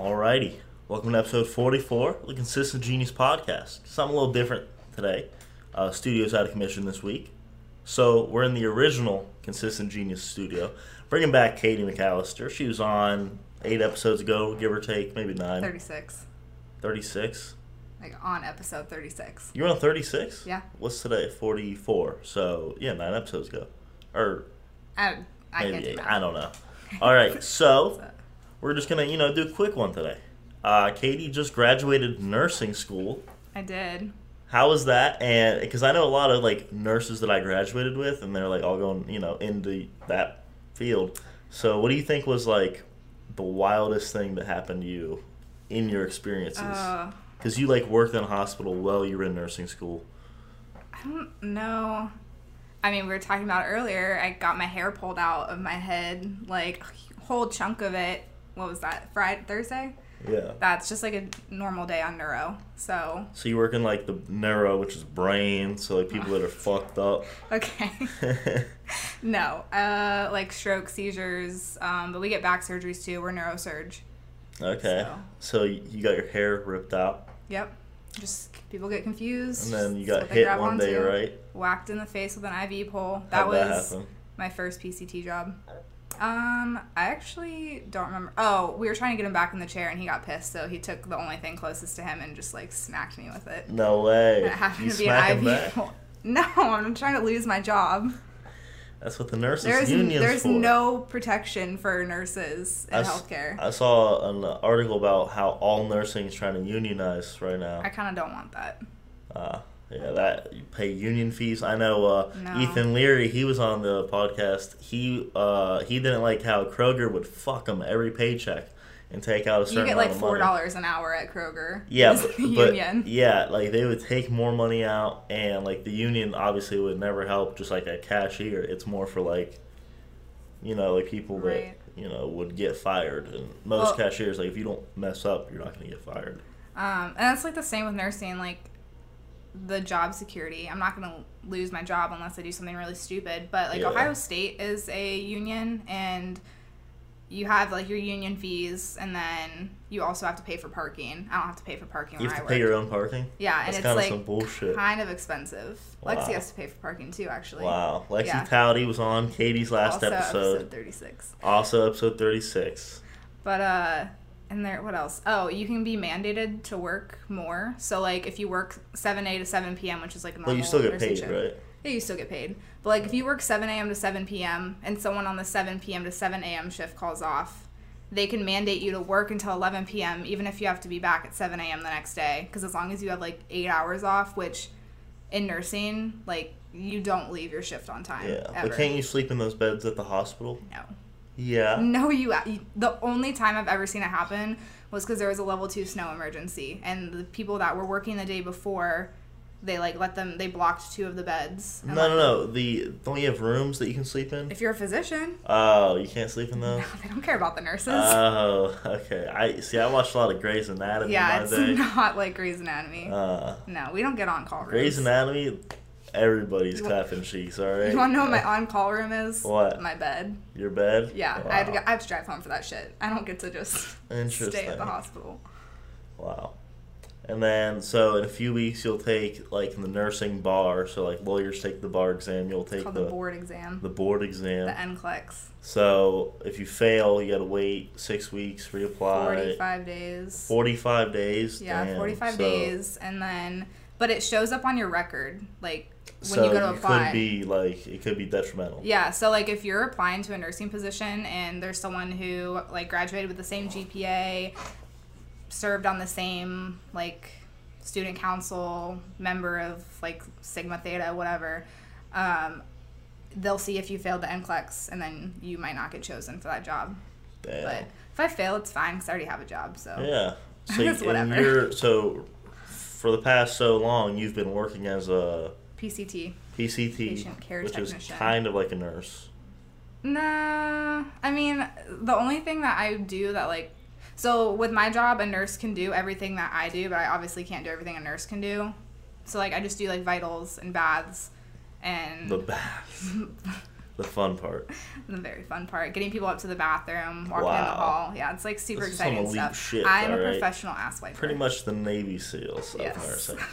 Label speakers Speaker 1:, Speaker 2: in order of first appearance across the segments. Speaker 1: Alrighty. Welcome to episode 44 of the Consistent Genius Podcast. Something a little different today. Uh, studio's out of commission this week. So we're in the original Consistent Genius studio. Bringing back Katie McAllister. She was on eight episodes ago, give or take, maybe nine.
Speaker 2: 36.
Speaker 1: 36.
Speaker 2: Like on episode 36.
Speaker 1: You were on 36?
Speaker 2: Yeah.
Speaker 1: What's today? 44. So, yeah, nine episodes ago. Or
Speaker 2: I, I
Speaker 1: maybe
Speaker 2: can't do
Speaker 1: eight.
Speaker 2: math.
Speaker 1: I don't know. Alright, so
Speaker 2: So,
Speaker 1: we're just gonna you know do a quick one today uh, katie just graduated nursing school
Speaker 2: I did.
Speaker 1: how was that and because i know a lot of like nurses that i graduated with and they're like all going you know into that field so what do you think was like the wildest thing that happened to you in your experiences
Speaker 2: Uh,
Speaker 1: because you like worked in a hospital while you were in nursing school
Speaker 2: I don't know. I mean, we were talking about earlier. I got my hair pulled out of my head, like a whole chunk of it. What was that? Friday, Thursday?
Speaker 1: yeah
Speaker 2: That's just like a normal day on neuro. So,
Speaker 1: so you work in like the neuro which is brain so like people that are fucked up
Speaker 2: okay. no, uh, like stroke, seizures, um, but we get back surgeries too. We're neurosurge.
Speaker 1: okay so you got your hair ripped out
Speaker 2: Yep. Just people get
Speaker 1: And
Speaker 2: confused.
Speaker 1: then you
Speaker 2: It's
Speaker 1: got
Speaker 2: what they
Speaker 1: hit
Speaker 2: grab
Speaker 1: one day,
Speaker 2: onto.
Speaker 1: right?
Speaker 2: Whacked in the face with an IV pole. That
Speaker 1: How'd
Speaker 2: was
Speaker 1: happen?
Speaker 2: my first PCT job. Um, I actually don't remember. Oh, we were trying to get him back in the chair, and he got pissed, so he took the only thing closest to him and just like smacked me with it.
Speaker 1: No way.
Speaker 2: And it happened
Speaker 1: You
Speaker 2: to be
Speaker 1: smack
Speaker 2: an
Speaker 1: 'em
Speaker 2: IV
Speaker 1: back.
Speaker 2: pole. No, I'm trying to lose my job.
Speaker 1: That's what the nurses
Speaker 2: There's
Speaker 1: unions
Speaker 2: there's
Speaker 1: for.
Speaker 2: no protection for nurses
Speaker 1: I
Speaker 2: in
Speaker 1: s-
Speaker 2: healthcare. I,
Speaker 1: I saw an article about how all nursing is trying to unionize right now.
Speaker 2: kind of don't want that.
Speaker 1: Uh, yeah, that you pay union fees. I know uh,
Speaker 2: No.
Speaker 1: Ethan Leary. He was on the podcast. He uh, he didn't like how Kroger would fuck him every paycheck and take out a certain
Speaker 2: You get
Speaker 1: amount
Speaker 2: like
Speaker 1: of
Speaker 2: four
Speaker 1: money.
Speaker 2: dollars an hour at Kroger.
Speaker 1: Yeah,
Speaker 2: It's
Speaker 1: but,
Speaker 2: the
Speaker 1: but-
Speaker 2: union.
Speaker 1: yeah, like they would take more money out, and like the union obviously would never help just like a cashier. It's more for like, you know, like people
Speaker 2: Right.
Speaker 1: that you know would get fired, and most
Speaker 2: Well-
Speaker 1: cashiers like if you don't mess up, you're not gonna get fired.
Speaker 2: Um, and that's like the same with nursing, like the job security. I'm not gonna lose my job unless I do something really stupid. But like
Speaker 1: Yeah.
Speaker 2: Ohio State is a union, and you have like your union fees, and then you also have to pay for parking. I don't have to pay for parking
Speaker 1: You
Speaker 2: where
Speaker 1: have to
Speaker 2: I work.
Speaker 1: pay your own parking.
Speaker 2: yeah, and
Speaker 1: That's
Speaker 2: it's
Speaker 1: kind of
Speaker 2: like
Speaker 1: some bullshit.
Speaker 2: kind of expensive.
Speaker 1: Wow.
Speaker 2: Lexi has to pay for parking too, actually.
Speaker 1: Wow, Lexi
Speaker 2: Yeah.
Speaker 1: Towdy was on Katie's last
Speaker 2: also
Speaker 1: episode,
Speaker 2: episode 36.
Speaker 1: also episode thirty six.
Speaker 2: But uh and there what else? Oh, you can be mandated to work more. So like if you work seven A to seven PM, which is like a normal
Speaker 1: But you still get
Speaker 2: nursing
Speaker 1: paid,
Speaker 2: shift.
Speaker 1: right?
Speaker 2: Yeah, you still get paid. But like if you work seven AM to seven PM and someone on the seven PM to seven AM shift calls off, they can mandate you to work until 11 p.m. even if you have to be back at 7 a.m. the next day because as long as you have like eight hours off, which in nursing like you don't leave your shift on time.
Speaker 1: Yeah,
Speaker 2: ever.
Speaker 1: but can't you sleep in those beds at the hospital?
Speaker 2: no.
Speaker 1: Yeah.
Speaker 2: No, you. The only time I've ever seen it happen was because there was a level two snow emergency, and the people that were working the day before, they like let them. They blocked two of the beds. and
Speaker 1: No,
Speaker 2: let-
Speaker 1: no, no. The don't you have rooms that you can sleep in?
Speaker 2: If you're a physician,
Speaker 1: Oh, you can't sleep in those.
Speaker 2: they don't care about the nurses.
Speaker 1: Oh, okay. I see. I watched a lot of Grey's Anatomy.
Speaker 2: yeah,
Speaker 1: my
Speaker 2: it's
Speaker 1: day.
Speaker 2: not like Grey's Anatomy.
Speaker 1: Uh,
Speaker 2: no, we don't get on call rooms.
Speaker 1: Grey's Anatomy. Everybody's
Speaker 2: You wa-
Speaker 1: clapping cheeks. All right.
Speaker 2: You want to know what my on call room is?
Speaker 1: What?
Speaker 2: My bed.
Speaker 1: Your bed.
Speaker 2: Yeah,
Speaker 1: Wow.
Speaker 2: I, have to go, I have to drive home for that shit. I don't get to just stay
Speaker 1: Interesting.
Speaker 2: at the hospital.
Speaker 1: Wow. And then, so in a few weeks, you'll take like the nursing bar. So like lawyers take the bar exam. You'll
Speaker 2: It's
Speaker 1: take
Speaker 2: called
Speaker 1: the
Speaker 2: the board exam,
Speaker 1: the board exam.
Speaker 2: the NCLEX.
Speaker 1: so if you fail, you gotta wait six weeks, reapply.
Speaker 2: 45 days.
Speaker 1: 45 days.
Speaker 2: Yeah,
Speaker 1: Damn.
Speaker 2: 45
Speaker 1: So-
Speaker 2: days, and then but it shows up on your record, like when
Speaker 1: so
Speaker 2: you go to
Speaker 1: it
Speaker 2: apply.
Speaker 1: could be like it could be detrimental.
Speaker 2: yeah, so like if you're applying to a nursing position and there's someone who like graduated with the same GPA, served on the same like student council, member of like Sigma Theta, whatever. Um, they'll see if you failed the NCLEX, and then you might not get chosen for that job.
Speaker 1: Damn.
Speaker 2: But if I fail, it's fine because I already have a job. So
Speaker 1: Yeah. So
Speaker 2: It's
Speaker 1: you- and
Speaker 2: whatever.
Speaker 1: you're so for the past so long you've been working as a
Speaker 2: PCT.
Speaker 1: PCT,
Speaker 2: Patient care
Speaker 1: which is
Speaker 2: technician.
Speaker 1: kind of like a nurse.
Speaker 2: Nah, I mean, the only thing that I do that like, so with my job, a nurse can do everything that I do, but I obviously can't do everything a nurse can do. So like, I just do like vitals and baths, and
Speaker 1: The baths. the fun part.
Speaker 2: the very fun part. Getting people up to the bathroom, walking in the
Speaker 1: Wow.
Speaker 2: hall. Yeah, it's like super
Speaker 1: This is some
Speaker 2: exciting
Speaker 1: elite
Speaker 2: stuff.
Speaker 1: shit,
Speaker 2: I'm a
Speaker 1: alright.
Speaker 2: professional ass wiper.
Speaker 1: Pretty much the Navy SEALs of
Speaker 2: Yes.
Speaker 1: our section.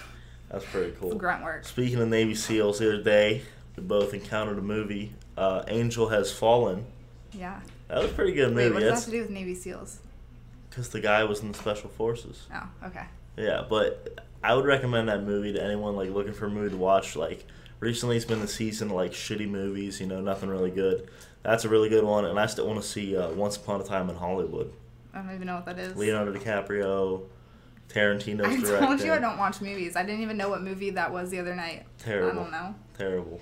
Speaker 1: That's pretty cool.
Speaker 2: grunt work.
Speaker 1: Speaking of Navy SEALs, the other day we both encountered a movie, uh, Angel Has Fallen.
Speaker 2: Yeah.
Speaker 1: That was a pretty good
Speaker 2: Wait,
Speaker 1: movie.
Speaker 2: what does that have
Speaker 1: That's
Speaker 2: to do with Navy SEAls?
Speaker 1: because the guy was in the special forces.
Speaker 2: Oh, okay.
Speaker 1: Yeah, but I would recommend that movie to anyone like looking for a movie to watch. Like recently, it's been the season of, like shitty movies. You know, nothing really good. That's a really good one, and I still want to see uh, Once Upon a Time in Hollywood.
Speaker 2: I don't even know what that is.
Speaker 1: Leonardo DiCaprio, Tarantino's
Speaker 2: I
Speaker 1: directing.
Speaker 2: told you I don't watch movies. I didn't even know what movie that was the other night.
Speaker 1: Terrible.
Speaker 2: I don't know.
Speaker 1: Terrible.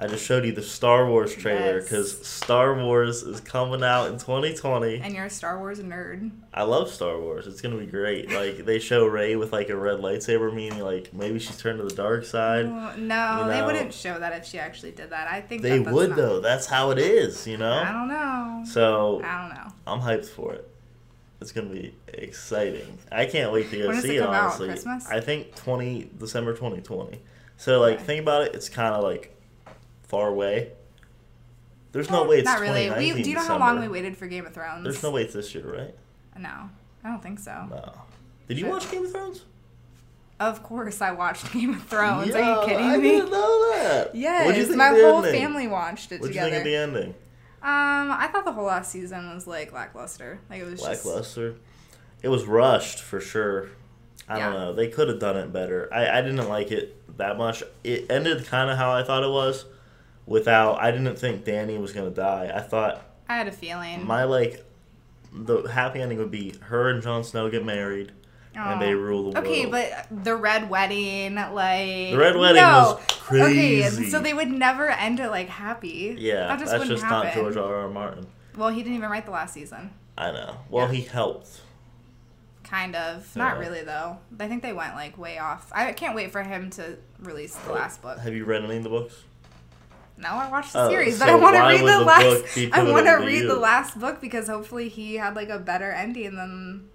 Speaker 1: I just showed you the Star Wars trailer
Speaker 2: Yes.
Speaker 1: because Star Wars is coming out in 2020.
Speaker 2: And you're a Star Wars nerd.
Speaker 1: I love Star Wars. It's gonna be great. Like they show Rey with like a red lightsaber, meaning like maybe she's turned to the dark side.
Speaker 2: Well, no,
Speaker 1: you
Speaker 2: they
Speaker 1: know-
Speaker 2: wouldn't show that if she actually did that. I think
Speaker 1: They
Speaker 2: that that's
Speaker 1: would
Speaker 2: not-
Speaker 1: though. That's how it is, you
Speaker 2: I
Speaker 1: know.
Speaker 2: don't know.
Speaker 1: So
Speaker 2: I don't know.
Speaker 1: I'm hyped for it. It's gonna be exciting. I can't wait to go
Speaker 2: When does
Speaker 1: see
Speaker 2: it
Speaker 1: it.
Speaker 2: come out?
Speaker 1: Honestly,
Speaker 2: Christmas?
Speaker 1: I think 20 December 2020. So like
Speaker 2: Okay.
Speaker 1: think about it. It's kind of like far away. There's no way it's
Speaker 2: not really. We,
Speaker 1: 2019
Speaker 2: do you know how long we
Speaker 1: December.
Speaker 2: waited for Game of Thrones?
Speaker 1: There's no way it's this year, right?
Speaker 2: No, I don't think so.
Speaker 1: No. Did you
Speaker 2: Shit.
Speaker 1: watch Game of Thrones?
Speaker 2: Of course, I watched Game of Thrones. Are
Speaker 1: Yo,
Speaker 2: you kidding
Speaker 1: I
Speaker 2: me?
Speaker 1: didn't know that. What'd you
Speaker 2: Yes,
Speaker 1: think
Speaker 2: my
Speaker 1: of the
Speaker 2: whole
Speaker 1: ending?
Speaker 2: family watched it
Speaker 1: What'd you
Speaker 2: together.
Speaker 1: think of the ending?
Speaker 2: um, I thought the whole last season was like lackluster. Like it was just
Speaker 1: Lackluster. It was rushed for sure. I don't
Speaker 2: Yeah.
Speaker 1: know. They could have done it better. I, I didn't like it that much. It ended kind of how I thought it was. Without, I didn't think Danny was gonna die. I thought
Speaker 2: I had a feeling.
Speaker 1: my like, the happy ending would be her and Jon Snow get married, and they
Speaker 2: Aw.
Speaker 1: rule the
Speaker 2: Okay,
Speaker 1: world.
Speaker 2: but uh, the red wedding, like
Speaker 1: The red wedding
Speaker 2: no.
Speaker 1: was
Speaker 2: Okay,
Speaker 1: crazy.
Speaker 2: so they would never end it like happy.
Speaker 1: yeah,
Speaker 2: that just
Speaker 1: that's
Speaker 2: wouldn't
Speaker 1: just
Speaker 2: happen.
Speaker 1: not George R. R. Martin.
Speaker 2: Well, he didn't even write the last season.
Speaker 1: I know. Well,
Speaker 2: Yeah.
Speaker 1: he helped.
Speaker 2: Kind of, not
Speaker 1: Yeah.
Speaker 2: really though. I think they went like way off. I can't wait for him to release the last book.
Speaker 1: Have you read any of the books?
Speaker 2: No, I watched the
Speaker 1: Oh,
Speaker 2: series, but
Speaker 1: so
Speaker 2: I want to
Speaker 1: why
Speaker 2: read
Speaker 1: would
Speaker 2: the,
Speaker 1: the
Speaker 2: last.
Speaker 1: book be
Speaker 2: I want to
Speaker 1: pivotal to
Speaker 2: read the
Speaker 1: you?
Speaker 2: last book because hopefully he had like a better ending than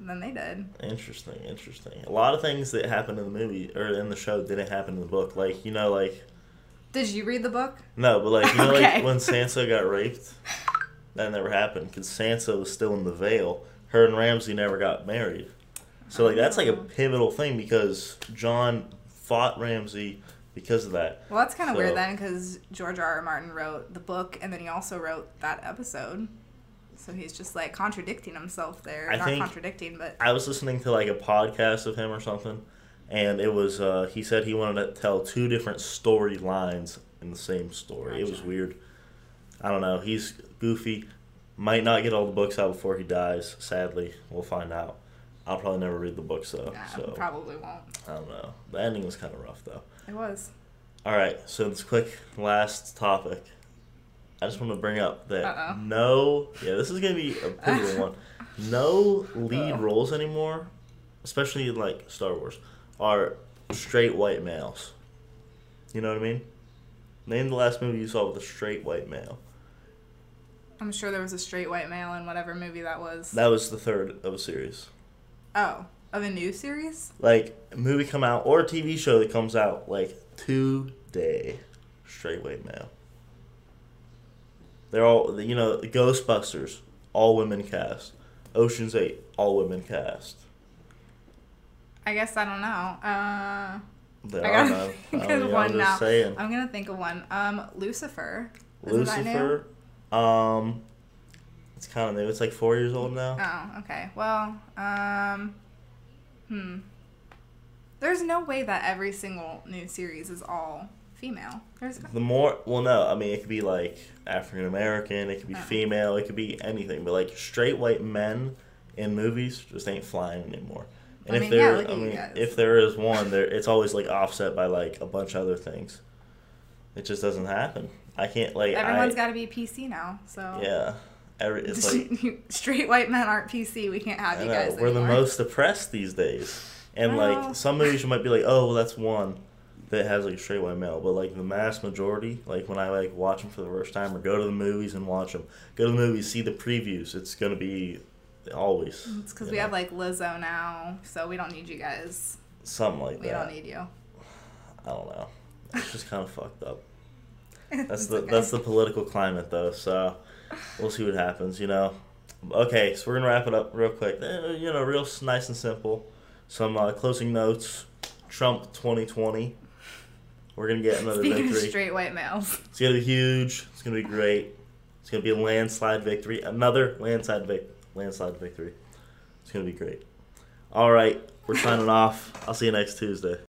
Speaker 2: than they did.
Speaker 1: Interesting, interesting. A lot of things that happened in the movie or in the show didn't happen in the book. Like you know, like
Speaker 2: Did you read the book?
Speaker 1: no, but like you know,
Speaker 2: Okay.
Speaker 1: like when Sansa got raped, that never happened because Sansa was still in the Vale. Her and Ramsay never got married. So like that's like a
Speaker 2: Oh.
Speaker 1: pivotal thing because John fought Ramsay because of that.
Speaker 2: Well, that's kind of
Speaker 1: So-
Speaker 2: weird then, because George R. R. Martin wrote the book and then he also wrote that episode. So he's just like contradicting himself there.
Speaker 1: I
Speaker 2: Not
Speaker 1: think-
Speaker 2: contradicting, but
Speaker 1: I was listening to like a podcast of him or something, and it was uh, he said he wanted to tell two different storylines in the same story. It was
Speaker 2: Gotcha.
Speaker 1: weird. I don't know. He's goofy. Might not get all the books out before he dies. Sadly, we'll find out. I'll probably never read the books though.
Speaker 2: nah,
Speaker 1: so
Speaker 2: probably won't.
Speaker 1: I don't know. The ending was kind of rough though.
Speaker 2: It was.
Speaker 1: All right. So this quick last topic. I just want to bring up that
Speaker 2: Uh-oh.
Speaker 1: no, yeah, this is gonna be a pivotal one. No lead
Speaker 2: Uh-oh.
Speaker 1: roles anymore, especially in like Star Wars, are straight white males. You know what I mean? Name the last movie you saw with a straight white male.
Speaker 2: I'm sure there was a straight white male in whatever movie that was.
Speaker 1: That was the third of a series.
Speaker 2: oh, of a new series?
Speaker 1: Like a movie come out or a TV show that comes out like today, straight white male. They're all you know Ghostbusters, all women cast. Ocean's Eight, all women cast.
Speaker 2: I guess I don't know. Uh.
Speaker 1: There
Speaker 2: I
Speaker 1: are
Speaker 2: gotta
Speaker 1: none.
Speaker 2: think
Speaker 1: I
Speaker 2: of
Speaker 1: mean, I'm
Speaker 2: one
Speaker 1: just
Speaker 2: now.
Speaker 1: saying.
Speaker 2: I'm gonna think of one. Um, Lucifer. Isn't that new?
Speaker 1: Lucifer. Um, it's kind of new. It's like four years old now.
Speaker 2: Oh, okay. Well, um, hmm. There's no way that every single new series is all female. There's
Speaker 1: The more, well, no, I mean, it could be like African American, it could be
Speaker 2: Oh.
Speaker 1: female, it could be anything, but like straight white men in movies just ain't flying anymore. And
Speaker 2: I
Speaker 1: if
Speaker 2: mean, yeah,
Speaker 1: there,
Speaker 2: look
Speaker 1: I
Speaker 2: at you
Speaker 1: mean,
Speaker 2: guys.
Speaker 1: if there is one, there it's always like offset by like a bunch of other things. It just doesn't happen. I can't like
Speaker 2: everyone's
Speaker 1: I,
Speaker 2: got to be PC now. So
Speaker 1: yeah. Every, it's like
Speaker 2: straight white men aren't PC. We can't have
Speaker 1: I
Speaker 2: you
Speaker 1: know,
Speaker 2: guys.
Speaker 1: we're the
Speaker 2: anymore.
Speaker 1: most depressed these days. And
Speaker 2: Well.
Speaker 1: like some movies you might be like, oh, well, that's one that has like a straight white male, but like the mass majority, like when I like watch them for the first time or go to the movies and watch them, go to the movies, see the previews, it's gonna be always.
Speaker 2: It's because
Speaker 1: you
Speaker 2: we
Speaker 1: know,
Speaker 2: have like Lizzo now, so we don't need you guys.
Speaker 1: something like
Speaker 2: We
Speaker 1: that.
Speaker 2: don't need you.
Speaker 1: I don't know. It's just kind of fucked up. That's the that's the political climate though. So we'll see what happens. You know. Okay, so we're gonna wrap it up real quick. Eh, You know, real s- nice and simple. Some uh, closing notes. Trump twenty twenty. We're gonna get another
Speaker 2: Speaking of
Speaker 1: victory.
Speaker 2: straight white males,
Speaker 1: It's gonna be huge. It's gonna be great. It's gonna be a landslide victory. Another landslide vic- landslide victory. It's gonna be great. All right, we're signing off. I'll see you next Tuesday.